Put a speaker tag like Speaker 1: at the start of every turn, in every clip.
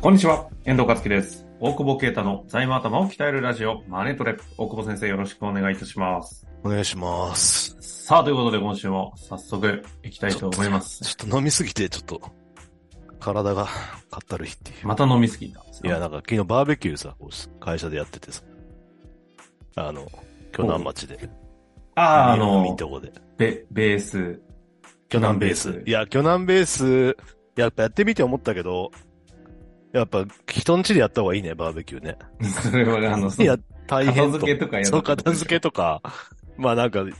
Speaker 1: こんにちは、遠藤和樹です。大久保啓太の財務頭を鍛えるラジオ、マネトレ。大久保先生よろしくお願いいたします。
Speaker 2: お願いします。
Speaker 1: さあ、ということで今週も早速行きたいと思います。
Speaker 2: ちょっと飲みすぎて、ちょっと、体がかったるいっていう。
Speaker 1: また飲みすぎたんですか
Speaker 2: いや、なんか昨日バーベキューさ、こう会社でやっててさ、あの、巨南町で。
Speaker 1: ああ、あ
Speaker 2: 飲み
Speaker 1: の
Speaker 2: ん、とこで。
Speaker 1: ベ、ベース。
Speaker 2: 巨南ベース。いや、巨南ベース、やっぱやってみて思ったけど、やっぱ人ん家でやった方がいいね、バーベキューね。
Speaker 1: それは、あの、そ
Speaker 2: いや
Speaker 1: の、
Speaker 2: 大変
Speaker 1: 片
Speaker 2: と
Speaker 1: 付けとかやる
Speaker 2: そう、片付けとか、まあなんか、うん、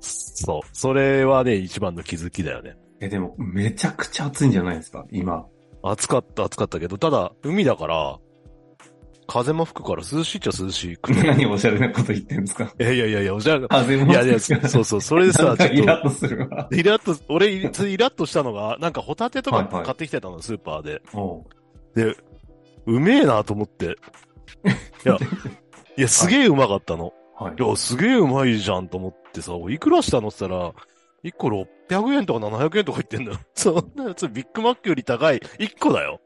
Speaker 2: そう。それはね、一番の気づきだよね。
Speaker 1: え、でも、めちゃくちゃ暑いんじゃないですか今。
Speaker 2: 暑かった、暑かったけど、ただ、海だから、風も吹くから涼しいっちゃ涼しくて。
Speaker 1: 何おしゃれなこと言ってんですか
Speaker 2: いやいやいやいや、おじゃれ。
Speaker 1: 風も
Speaker 2: いやいや、そうそう、それで
Speaker 1: な
Speaker 2: さ
Speaker 1: ん、
Speaker 2: ち
Speaker 1: か
Speaker 2: ょっと、
Speaker 1: イ
Speaker 2: イラ
Speaker 1: ラッとするわ。
Speaker 2: ッと、俺、いつイラッとしたのが、なんかホタテと
Speaker 1: は
Speaker 2: か
Speaker 1: いはい
Speaker 2: 買ってきてたの、スーパーで。
Speaker 1: おう
Speaker 2: で、うめえなと思って。いや、いや、すげえうまかったの。
Speaker 1: はい
Speaker 2: い。や、すげえうまいじゃんと思ってさ、おいくらしたのって言ったら、1個600円とか700円とか言ってんだよ。 そんなやつ、ビッグマックより高い、1個だよ。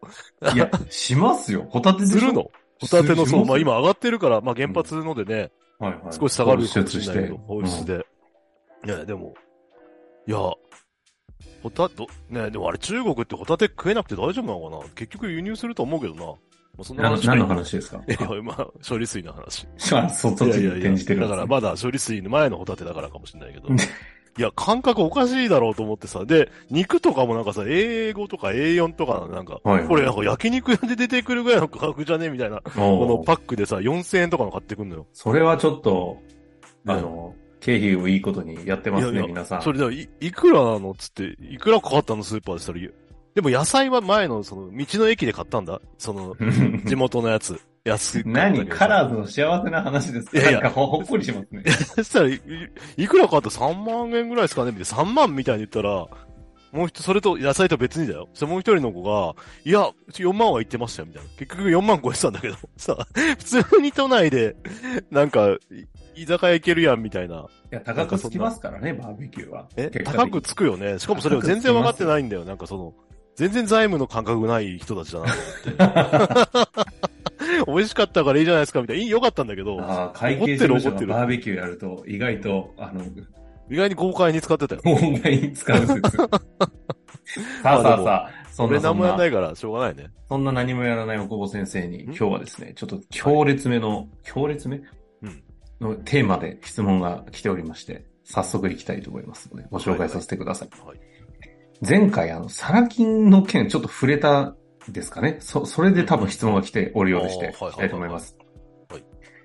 Speaker 1: いや、しますよ。ホタテでしょ
Speaker 2: するのホタテの、
Speaker 1: し
Speaker 2: そう、
Speaker 1: す
Speaker 2: まあ今上がってるから、まあ原発のでね、
Speaker 1: はいはい、
Speaker 2: 少し下がるかもしれないけど、
Speaker 1: 放
Speaker 2: 放
Speaker 1: 出
Speaker 2: 出
Speaker 1: して
Speaker 2: で。いや、でも、いや、ホタテ、ね、でもあれ中国ってホタテ食えなくて大丈夫なのかな結局輸入すると思うけどな。まあ、そん
Speaker 1: うん
Speaker 2: な
Speaker 1: な
Speaker 2: は
Speaker 1: 何の話ですか
Speaker 2: いや、まあ、処理水の話。
Speaker 1: あ、 そっちに転じてるん
Speaker 2: だ
Speaker 1: ですね
Speaker 2: からまだ処理水の前のホタテだからかもしれないけど。いや、感覚おかしいだろうと思ってさ。で、肉とかもなんかさ、A5 とか A4 とかなんか、
Speaker 1: はいはい
Speaker 2: これなんか焼肉屋で出てくるぐらいの価格じゃねみたいな
Speaker 1: お
Speaker 2: こ
Speaker 1: う
Speaker 2: のパックでさ、4000円とかの買ってくんのよ。
Speaker 1: それはちょっと、
Speaker 2: ね
Speaker 1: あの、経費をいいことにやってますね、
Speaker 2: いやいや
Speaker 1: 皆さん。
Speaker 2: それでい、いくらなのっつって、いくらかかったのスーパーでしたら、いでも野菜は前の、その、道の駅で買ったんだ。その、地元のやつ。安く。
Speaker 1: 何カラーズの幸せな話ですか
Speaker 2: いやい
Speaker 1: な
Speaker 2: や
Speaker 1: んかほほっこりしますね。
Speaker 2: そしたらい、いいくらかかった3万円ぐらいですかねみたいな。3万みたいに言ったら、もう一人、それと野菜と別にだよ。そしてもう一人の子が、いや、4万は言ってましたよ、みたいな。結局4万超えてたんだけど、さ、普通に都内で、なんか、い居酒屋行けるやん、みたいな。
Speaker 1: いや、高くつきますからね、バーベキューは。
Speaker 2: え、
Speaker 1: 結果
Speaker 2: 高
Speaker 1: 的
Speaker 2: くつくよね。しかもそれを全然分かってないんだよ。なんかその、全然財務の感覚ない人たちだな。 美味しかったからいいじゃないですか、みたいな。いい、良かったんだけど、
Speaker 1: ああ、会計事務所
Speaker 2: 怒っ
Speaker 1: が
Speaker 2: てる怒ってる
Speaker 1: バーベキューやると、意外と、あの、
Speaker 2: 意外に豪快に使ってたよ。
Speaker 1: 問題に使うんです よ。さあさあさあ、そん
Speaker 2: 俺
Speaker 1: なそ
Speaker 2: 何
Speaker 1: ん
Speaker 2: もやんな
Speaker 1: ない
Speaker 2: から、しょうがないね。
Speaker 1: そんな何もやらないおこぼ先生に、今日はですね、ちょっと強烈めの、強烈め
Speaker 2: うん
Speaker 1: のテーマで質問が来ておりまして、早速いきたいと思いますので、ご紹介させてください。
Speaker 2: はい。
Speaker 1: 前回、あの、サラ金の件、ちょっと触れたですかね。そ、それで多分質問が来ておるようでして、
Speaker 2: あーはいはいはい
Speaker 1: いきたいと思います。
Speaker 2: はい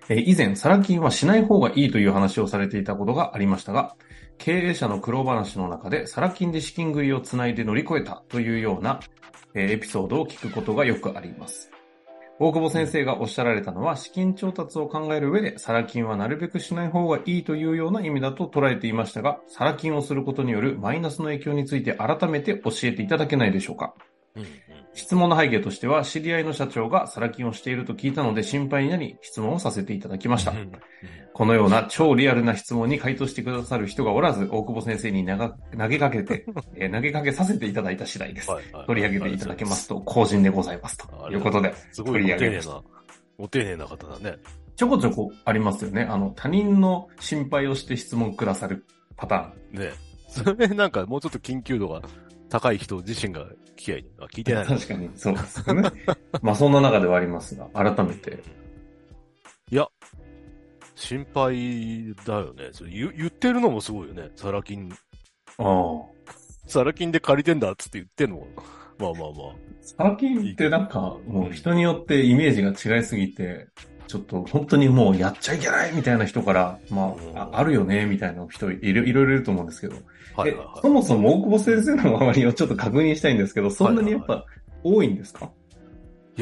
Speaker 1: えー以前、サラ金はしない方がいいという話をされていたことがありましたが、経営者の苦労話の中で、サラ金で資金繰りをつないで乗り越えたというような、えーエピソードを聞くことがよくあります。大久保先生がおっしゃられたのは、資金調達を考える上で、サラ金はなるべくしない方がいいというような意味だと捉えていましたが、サラ金をすることによるマイナスの影響について改めて教えていただけないでしょうか。
Speaker 2: うんうん。
Speaker 1: 質問の背景としては、知り合いの社長がサラ金をしていると聞いたので心配になり、質問をさせていただきました
Speaker 2: う。ん
Speaker 1: このような超リアルな質問に回答してくださる人がおらず、大久保先生に長投げかけ て、えー投げかけさせていただいた次第です。
Speaker 2: はいはい
Speaker 1: 取り上げていただけますと、公人でございます。
Speaker 2: あ
Speaker 1: とい
Speaker 2: り
Speaker 1: う
Speaker 2: がと
Speaker 1: ことで、
Speaker 2: すご
Speaker 1: 取
Speaker 2: いご
Speaker 1: り上
Speaker 2: 丁
Speaker 1: げ
Speaker 2: 寧
Speaker 1: ました。
Speaker 2: な、ご丁寧な方だね。
Speaker 1: ちょこちょこありますよね。あの、他人の心配をして質問くださるパターン。
Speaker 2: ねそれなんかもうちょっと緊急度が高い人自身が聞きゃいいのあ、聞い てないの
Speaker 1: 確かに、そうですよね。 まあ、そんな中ではありますが、改めて。
Speaker 2: いや、心配だよね。それ言言ってるのもすごいよね。サラ金、
Speaker 1: ああ。
Speaker 2: サラ金で借りてんだっつって言ってんのまあまあまあ。
Speaker 1: サラ金ってなんか、もう人によってイメージが違いすぎて、ちょっと本当にもうやっちゃいけないみたいな人から、まあ、ああるよねみたいな人いるいろいろいると思うんですけど、
Speaker 2: はい
Speaker 1: え
Speaker 2: はいは
Speaker 1: そもそも大久保先生の周りをちょっと確認したいんですけど、そんなにやっ
Speaker 2: は
Speaker 1: ぱ多いんですか、
Speaker 2: い。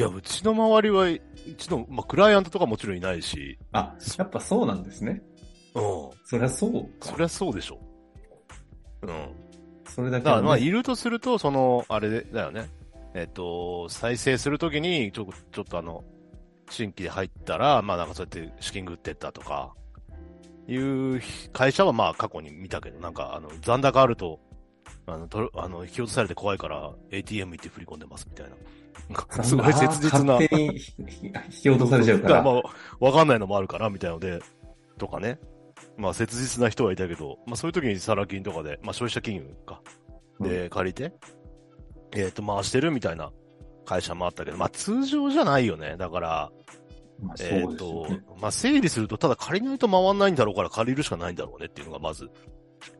Speaker 2: いや、うちの周りは、うちの、まあ、クライアントとかもちろんいないし、
Speaker 1: あ、やっぱそうなんですね。
Speaker 2: うん。
Speaker 1: そりゃそう
Speaker 2: そ
Speaker 1: か。
Speaker 2: りゃそうでしょ。うん。
Speaker 1: それだけ
Speaker 2: だから、ま
Speaker 1: は
Speaker 2: あ、
Speaker 1: ね、
Speaker 2: いるとすると、その、あれだよね。えっ、と、再生するときに、ちょ、ちょっとあの、新規で入ったら、まあなんかそうやって資金繰ってったとか、いう会社はまあ過去に見たけど、なんかあの、残高あると、あの、とるあの、引き落とされて怖いから、ATM 行って振り込んでますみたいな。なん
Speaker 1: あ
Speaker 2: か
Speaker 1: ー
Speaker 2: すごい切実な。
Speaker 1: 勝手に引き引き落とされちゃうから。
Speaker 2: まあ、わかんないのもあるから、みたいので、とかね。まあ、切実な人はいたけど、まあ、そういう時にサラ金とかで、まあ、消費者金融か。で、借りて、えっ、と、回してるみたいな会社もあったけど、まあ、通常じゃないよね。だから、
Speaker 1: まあそう
Speaker 2: えっ、
Speaker 1: ですよ
Speaker 2: と
Speaker 1: ね。、
Speaker 2: まあ、整理すると、ただ借りないと回んないんだろうから借りるしかないんだろうねっていうのがまず、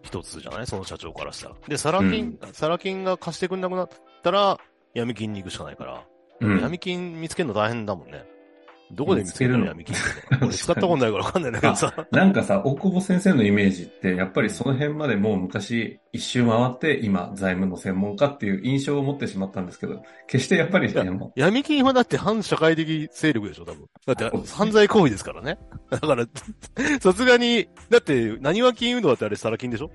Speaker 2: 一つじゃないその社長からしたら。で、サラ金、サラ金が貸してくんなくなったら、闇金に行くしかないから。
Speaker 1: うん
Speaker 2: 闇金見つけるの大変だもんね。どこで見つけるの
Speaker 1: 見
Speaker 2: 闇金って。俺使ったことないからわかんないんだけ どさ。
Speaker 1: なんかさ、大久保先生のイメージって、やっぱりその辺までもう昔一周回って今財務の専門家っていう印象を持ってしまったんですけど、決してやっぱり
Speaker 2: いや
Speaker 1: ね、も
Speaker 2: 闇金はだって反社会的勢力でしょ、多分。だって
Speaker 1: そうですね
Speaker 2: 犯罪行為ですからね。だから、 さすがに、だって、何は金運動だってあれ、サラ金でしょ
Speaker 1: う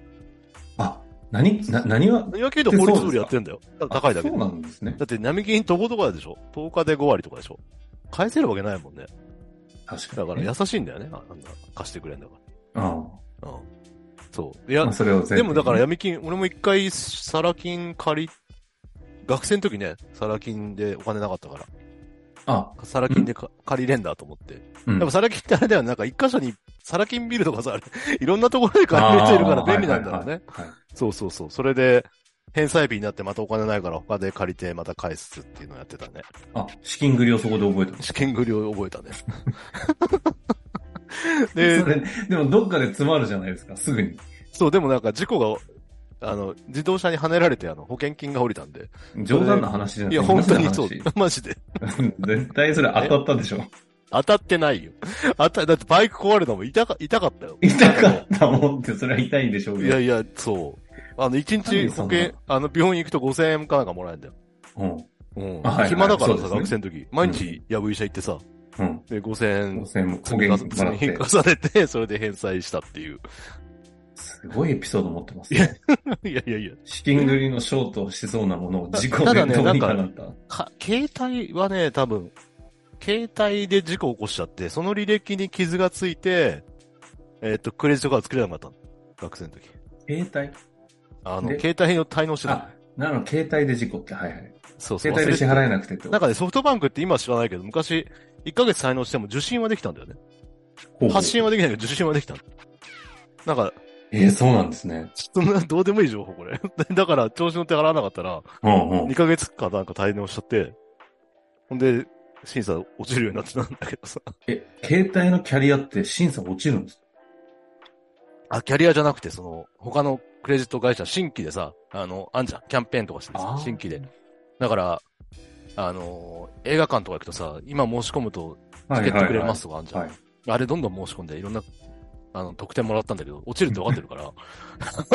Speaker 1: あ、何な、何は、
Speaker 2: 何は金運動は法律通りやってんだよ。ただ高いだけ
Speaker 1: あ
Speaker 2: で
Speaker 1: そう。なんですね。
Speaker 2: だって、闇金とことかでしょ ?10 日で5割とかでしょ返せるわけないもんね。
Speaker 1: 確か
Speaker 2: だ
Speaker 1: に
Speaker 2: か
Speaker 1: ね、
Speaker 2: ら優しいんだよね。ああんな貸してくれんだか
Speaker 1: うん。
Speaker 2: ら。うん。そう。いや
Speaker 1: まあ、それを全
Speaker 2: でもだから闇金、俺も一回、サラ金借り、学生の時ね、サラ金でお金なかったから、
Speaker 1: あ、
Speaker 2: サラ金でか、借りれんだと思って。
Speaker 1: うん
Speaker 2: でもサラ金ってあれだよね、なんか一箇所に、サラ金ビルとかさ、あれ いろんなところで借りれてるから便利なんだろ
Speaker 1: あーはいはい
Speaker 2: うね。。
Speaker 1: はいはい
Speaker 2: そうそうそう。それで、返済日になってまたお金ないから他で借りてまた返すっていうのをやってたね。
Speaker 1: あ、資金繰りをそこで覚えた。
Speaker 2: 試験繰りを覚えた ね。
Speaker 1: で
Speaker 2: で
Speaker 1: そ、れでもどっかで詰まるじゃないですか、すぐに。
Speaker 2: そう、でもなんか事故が、あの、自動車にはねられて、あの、保険金が降りたんで。
Speaker 1: 冗談の話じゃないい
Speaker 2: や、本当にそう。マジで。
Speaker 1: 絶対それ当たったでしょ。
Speaker 2: 当たってないよ。当た、だってバイク壊れるのも痛か、痛かったよ。
Speaker 1: 痛かったもんって、それは痛いんでしょう
Speaker 2: い
Speaker 1: け
Speaker 2: や
Speaker 1: ど。
Speaker 2: いや、そう。あの、一日
Speaker 1: そ
Speaker 2: 保
Speaker 1: んな
Speaker 2: 険、あの、病院行くと5000円かなんかもらえるんだよ。
Speaker 1: うん。
Speaker 2: うん
Speaker 1: あはいはい
Speaker 2: 暇だからさ、
Speaker 1: そうで
Speaker 2: 学
Speaker 1: す
Speaker 2: 生の時。毎日、やぶ医者行ってさ、
Speaker 1: うん。
Speaker 2: で、5000円、
Speaker 1: 5000円も
Speaker 2: 積
Speaker 1: 保
Speaker 2: み
Speaker 1: 険
Speaker 2: 重
Speaker 1: 金もらっ
Speaker 2: 積み
Speaker 1: て。
Speaker 2: 重ねて、 それで返済したっていう。
Speaker 1: すごいエピソード持ってますね。
Speaker 2: いやいやいや。
Speaker 1: 資金繰りのショートしそうなものを事故
Speaker 2: た
Speaker 1: で
Speaker 2: だね
Speaker 1: どうにか
Speaker 2: な
Speaker 1: なんった。
Speaker 2: か、携帯はね、多分、携帯で事故起こしちゃって、その履歴に傷がついて、えっと、クレジットカード作れなかったの。学生の時。
Speaker 1: 携
Speaker 2: あの、
Speaker 1: で
Speaker 2: 携帯の滞納して
Speaker 1: 帯
Speaker 2: たの。
Speaker 1: あ、なの、携帯で事故って、はいはい。
Speaker 2: そうそう。
Speaker 1: 携帯で
Speaker 2: 忘れて
Speaker 1: 支払えなくてってこ
Speaker 2: な
Speaker 1: と。
Speaker 2: んかね、ソフトバンクって今は知らないけど、昔、1ヶ月滞納しても受信はできたんだよね。
Speaker 1: ほうほう
Speaker 2: 発信はできないけど、受信はできたのなんか、
Speaker 1: えー、そうなんですね。
Speaker 2: そんな、どうでもいい情報、これ。 だから、調子乗って払わなかったら、
Speaker 1: うんうん
Speaker 2: 2。ヶ月かなんか滞納しちゃって、ほんで、審査落ちるようになってたんだけどさ。
Speaker 1: え、携帯のキャリアって審査落ちるんですか
Speaker 2: あ、キャリアじゃなくて、その、他のクレジット会社、新規でさ、あの、あんじゃん、キャンペーンとかしてさ
Speaker 1: あ、ー
Speaker 2: 新規で。だから、あのー映画館とか行くとさ、今申し込むと、チケットくれますとかあんじゃん。
Speaker 1: はい。
Speaker 2: あれどんどん申し込んで、いろんな、あの、得点もらったんだけど、落ちるって分かってるから。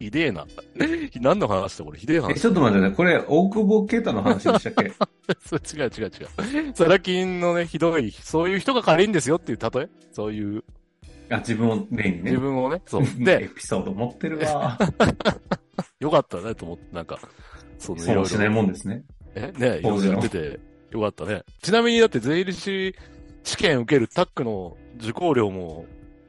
Speaker 2: ひでえな。何の話だこれ、ひでえ
Speaker 1: え、
Speaker 2: 話。
Speaker 1: ちょっと待ってね。これ、大久保啓太の話でしたっけ
Speaker 2: それ違う違う違う。サラ金のね、ひどい、そういう人が借りんですよっていう例えそういう、
Speaker 1: あ、自分を例にね。
Speaker 2: 自分をね、そう。
Speaker 1: で、エ
Speaker 2: で、
Speaker 1: ピソード持ってる わ。
Speaker 2: よかったねと思って、なんか、そのいろ
Speaker 1: 損
Speaker 2: い
Speaker 1: しない
Speaker 2: ろ。
Speaker 1: もんですね。
Speaker 2: え、ね、い
Speaker 1: 当
Speaker 2: ろいろ
Speaker 1: 然
Speaker 2: やってて、よかったね。ちなみにだって税理士試験受けるタックの受講料も、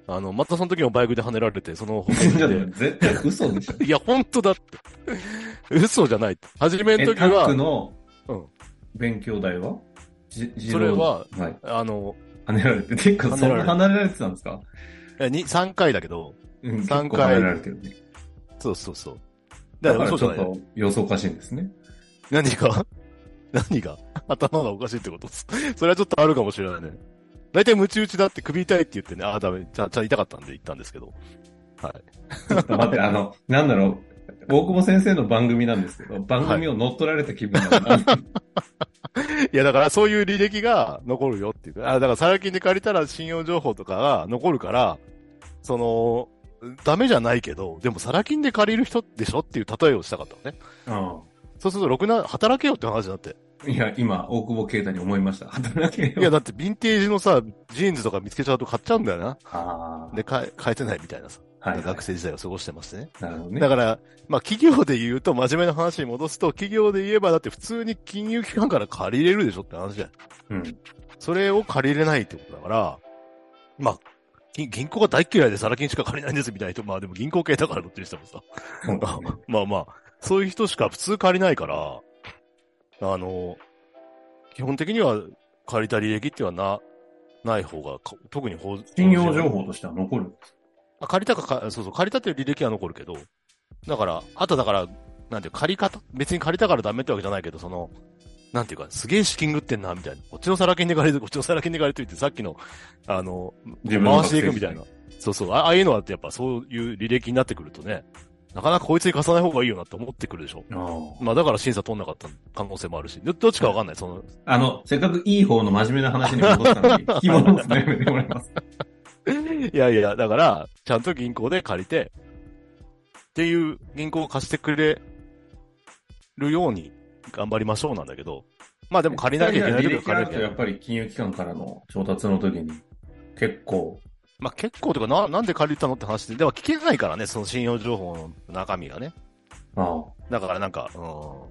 Speaker 2: あの、またその時もバイクで跳ねられて、その保 険
Speaker 1: ちょっ
Speaker 2: で
Speaker 1: と待って絶対嘘 でしょ。
Speaker 2: いや、本当だって。嘘じゃないって。初め
Speaker 1: え、
Speaker 2: の時
Speaker 1: タック
Speaker 2: は、
Speaker 1: の
Speaker 2: うん
Speaker 1: 勉強代は、じ自
Speaker 2: それは、
Speaker 1: 動はい。
Speaker 2: あの、
Speaker 1: 跳ねられて、結構そんな
Speaker 2: 跳
Speaker 1: 離れられてたんですか
Speaker 2: いやに3回だけど、
Speaker 1: うん、結構
Speaker 2: 三回
Speaker 1: 離れられてるね。
Speaker 2: そうそうそう。だ
Speaker 1: だ
Speaker 2: か
Speaker 1: からら
Speaker 2: 嘘
Speaker 1: ち
Speaker 2: じゃ
Speaker 1: ょっ
Speaker 2: ない。
Speaker 1: と様子おかしいんですね。
Speaker 2: 何が何が頭がおかしいってことです。それはちょっとあるかもしれないね。大体、ムチ打ちだって首痛いって言ってね、ああ、ダメ、じゃあ、じゃあ痛かったんで言ったんですけど。はい。
Speaker 1: ちょっと待って、あの、なんだろう。大久保先生の番組なんですけど、番組を乗っ取られた気分なんだ。
Speaker 2: いや、だからそういう履歴が残るよっていう。あだから、サラ金で借りたら信用情報とかが残るから、その、ダメじゃないけど、でもサラ金で借りる人でしょっていう例えをしたかったのね。 そうすると、ろくな、働けよって話になって。
Speaker 1: うん。いや、今、大久保啓太に思いました。働け
Speaker 2: いや、
Speaker 1: よ。
Speaker 2: だって、ヴィンテージのさ、ジーンズとか見つけちゃうと買っちゃうんだよな。
Speaker 1: あー
Speaker 2: で、買え、買えてないみたいなさ。
Speaker 1: はい、はい
Speaker 2: 学。生時代を過ごしてましてね。
Speaker 1: なるほどね。
Speaker 2: だから、まあ、企業で言うと、真面目な話に戻すと、企業で言えば、だって普通に金融機関から借りれるでしょって話じゃん。
Speaker 1: うん。
Speaker 2: それを借りれないってことだから、まあ、銀銀行が大嫌いでサラ金しか借りないんですみたいな人、 まあでも銀行系だから乗ってる人もさ、
Speaker 1: そうですね
Speaker 2: まあまあ、そういう人しか普通借りないから、あの、基本的には借りた履歴っていうのはな、ない方が、か特に法
Speaker 1: 信用情報としては残る。
Speaker 2: あ借りたかか、そうそう、借りたっていう履歴は残るけど、だから、あとだから、なんていうか、借り方、別に借りたからダメってわけじゃないけど、その、なんていうか、すげえ資金食ってんな、みたいな。こっちのサラ金で借りて、こっちのサラ金で借りといて、さっきの、あの、
Speaker 1: 自分の
Speaker 2: 回していくみたいな。そうそう、あああいうのはやっぱそういう履歴になってくるとね、なかなかこいつに貸さない方がいいよなって思ってくるでしょ。
Speaker 1: あー
Speaker 2: まあだから審査通んなかった可能性もあるし、どどっちかわかんない、その、
Speaker 1: あの、せっかくいい方の真面目な話に戻ったのに、引き戻すの やめてもらいます。
Speaker 2: いやいや、だから、ちゃんと銀行で借りて、っていう銀行を貸してくれるように頑張りましょうなんだけど、まあでも借りなきゃいけな
Speaker 1: 履
Speaker 2: い時は
Speaker 1: 歴があ
Speaker 2: 借
Speaker 1: る
Speaker 2: り
Speaker 1: と
Speaker 2: なきゃ
Speaker 1: やっ
Speaker 2: いけない。
Speaker 1: ぱり金融機関からの調達の時に、結構、
Speaker 2: まあ結構というかな、なんで借りたのって話で、では聞けないからね、その信用情報の中身がね。
Speaker 1: あー
Speaker 2: だからなんか、うん。
Speaker 1: 聞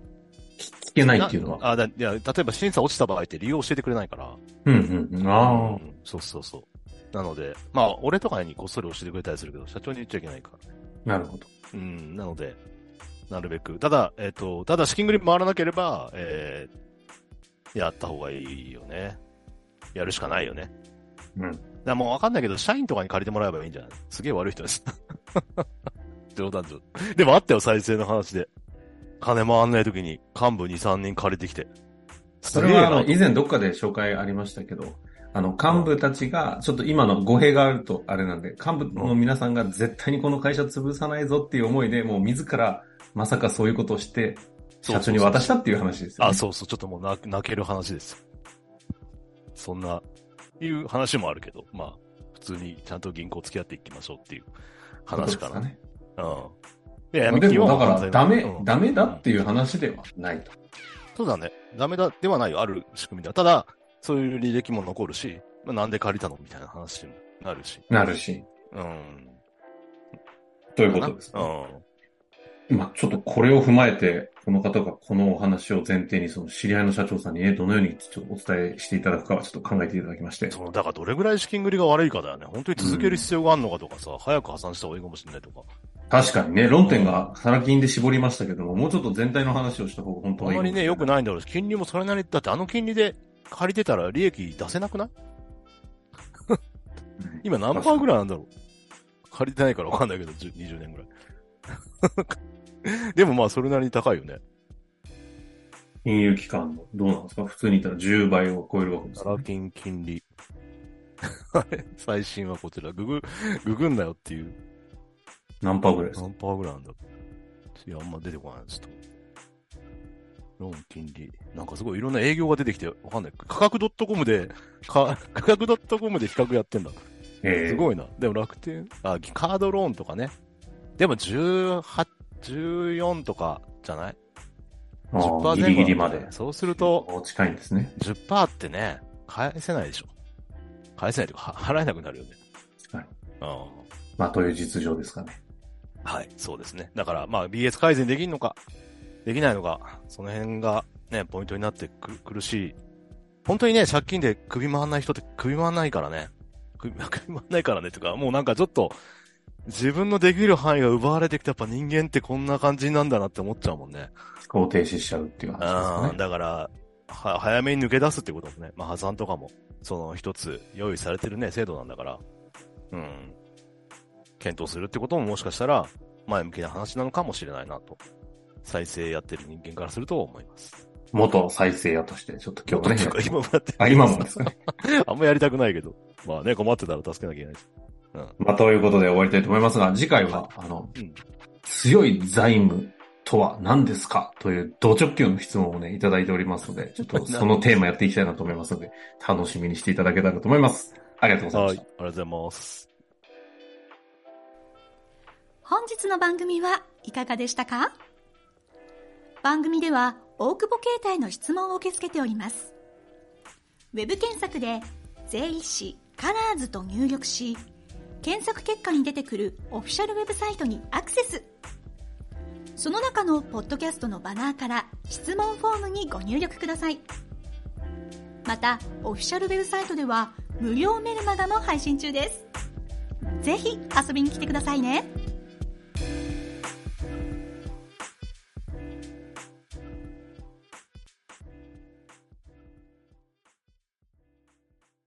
Speaker 1: けないっていうのは。
Speaker 2: あだいや、例えば審査落ちた場合って理由を教えてくれないから。
Speaker 1: うんうんうん。あ
Speaker 2: う
Speaker 1: あ。
Speaker 2: んそうそうそう。なので、まあ俺とかにこっそり教えてくれたりするけど、社長に言っちゃいけないから。
Speaker 1: なるほど。
Speaker 2: うん、なので、なるべく。ただ、えっ、と、ただ資金繰り回らなければ、えー、やった方がいいよね。やるしかないよね。
Speaker 1: うん
Speaker 2: だからもうわかんないけど、社員とかに借りてもらえばいいんじゃないすげえ悪い 人です。冗談じゃ。でもあったよ、再生の話で。金回んない時に幹部2、3人借りてきて。
Speaker 1: そ
Speaker 2: すげ
Speaker 1: れ
Speaker 2: え
Speaker 1: はあ
Speaker 2: な
Speaker 1: の、以前どっかで紹介ありましたけど、あの、幹部たちが、ちょっと今の語弊があるとあれなんで、幹部の皆さんが絶対にこの会社潰さないぞっていう思いで、もう自らまさかそういうことをして、社長に渡したっていう話ですよ、ね。
Speaker 2: あ、そうそう、ちょっともう泣泣ける話です。そんな、いう話もあるけど、まあ、普通にちゃんと銀行付き合っていきましょうっていう話かな。
Speaker 1: ね。
Speaker 2: うん。いや、
Speaker 1: まあ
Speaker 2: 闇
Speaker 1: で
Speaker 2: 金
Speaker 1: も
Speaker 2: は
Speaker 1: だか
Speaker 2: 完全
Speaker 1: ら、
Speaker 2: に
Speaker 1: ダメ、
Speaker 2: うん
Speaker 1: ダメだっていう話ではないと。
Speaker 2: そうだね。ダメだ、ではないよ、ある仕組みだ。ただ、そういう履歴も残るし、まあ、なんで借りたのみたいな話にもなるし。
Speaker 1: なるし、
Speaker 2: うん。
Speaker 1: という
Speaker 2: そ
Speaker 1: ことです、
Speaker 2: う
Speaker 1: ね。
Speaker 2: ん。
Speaker 1: まあちょっとこれを踏まえて、この方がこのお話を前提に、その知り合いの社長さんにね、どのようにちょっとお伝えしていただくかはちょっと考えていただきまして。
Speaker 2: その、だからどれぐらい資金繰りが悪いかだよね。本当に続ける必要があるのかとかさ、早く破産した方がいいかもしれないとか。
Speaker 1: 確かにね、論点がサラ金で絞りましたけども、もうちょっと全体の話をした方が本当
Speaker 2: あ
Speaker 1: はいいかも
Speaker 2: まり
Speaker 1: しれな
Speaker 2: ね、
Speaker 1: い。
Speaker 2: 良くないんだろうし、金利もそれなり、だってあの金利で借りてたら利益出せな くない
Speaker 1: うん
Speaker 2: 今何パーぐらいなんだろう借りてないからわかんないけど、10 20年ぐらい。 でもまあ、それなりに高いよね。
Speaker 1: 金融機関の、どうなんですか普通に言ったら10倍を超えるわけです
Speaker 2: サ
Speaker 1: ね、
Speaker 2: ラ金金利。 あれ最新はこちら。ググ、ググんなよっていう。
Speaker 1: 何パーぐらいですか
Speaker 2: 何パーぐらいなんだいや、あんま出てこない。ちょっと。ローン金利。なんかすごいいろんな営業が出てきて、わかんない。価格 .com で、 か価格 .com で比較やってんだ。
Speaker 1: え
Speaker 2: す
Speaker 1: え
Speaker 2: ごいな。でも楽天、あ、カードローンとかね。でも18、14とかじゃない
Speaker 1: ああ
Speaker 2: ?10%
Speaker 1: ギリギリまで。
Speaker 2: そうすると、
Speaker 1: 近いんですね。
Speaker 2: 10%ってね、返せないでしょ。返せないというか、は払えなくなるよね。
Speaker 1: はい。
Speaker 2: うん。
Speaker 1: まあ、という実情ですかね。
Speaker 2: はい、そうですね。だから、まあ、BS 改善できんのか、できないのか、その辺がね、ポイントになってく苦しい。本当にね、借金で首回んない人って首回んないからね。首 首回んないからね、とか、もうなんかちょっと、自分のできる範囲が奪われてきて、やっぱ人間ってこんな感じなんだなって思っちゃうもんね。
Speaker 1: 思考停止しちゃうっていう話です
Speaker 2: あ
Speaker 1: か
Speaker 2: ー
Speaker 1: ね。
Speaker 2: だから、は、早めに抜け出すってこともね。まあ、破産とかも、その一つ用意されてるね、制度なんだから。うん。検討するってことももしかしたら、前向きな話なのかもしれないなと。再生やってる人間からすると思います。
Speaker 1: 元再生屋として、ちょっと今日
Speaker 2: とか
Speaker 1: ね。
Speaker 2: 今もやってる
Speaker 1: あ、今もですかね。
Speaker 2: あんまやりたくないけど。まあね、困ってたら助けなきゃいけないし。
Speaker 1: まあ、ということで終わりたいと思いますが、次回は、あの、
Speaker 2: うん
Speaker 1: 強い財務とは何ですかという、同直球の質問をね、いただいておりますので、ちょっとそのテーマやっていきたいなと思いますので、楽しみにしていただけたらと思います。ありがとうござい
Speaker 2: はい、
Speaker 1: まし
Speaker 2: あり
Speaker 1: た。
Speaker 2: がとうございます。
Speaker 3: 本日の番組はいかがでしたか番組では大久保携帯の質問を受け付けております。ウェブ検索で税理士カラーズと入力し、検索結果に出てくるオフィシャルウェブサイトにアクセス。その中のポッドキャストのバナーから質問フォームにご入力ください。また、オフィシャルウェブサイトでは無料メルマガも配信中です。ぜひ遊びに来てくださいね。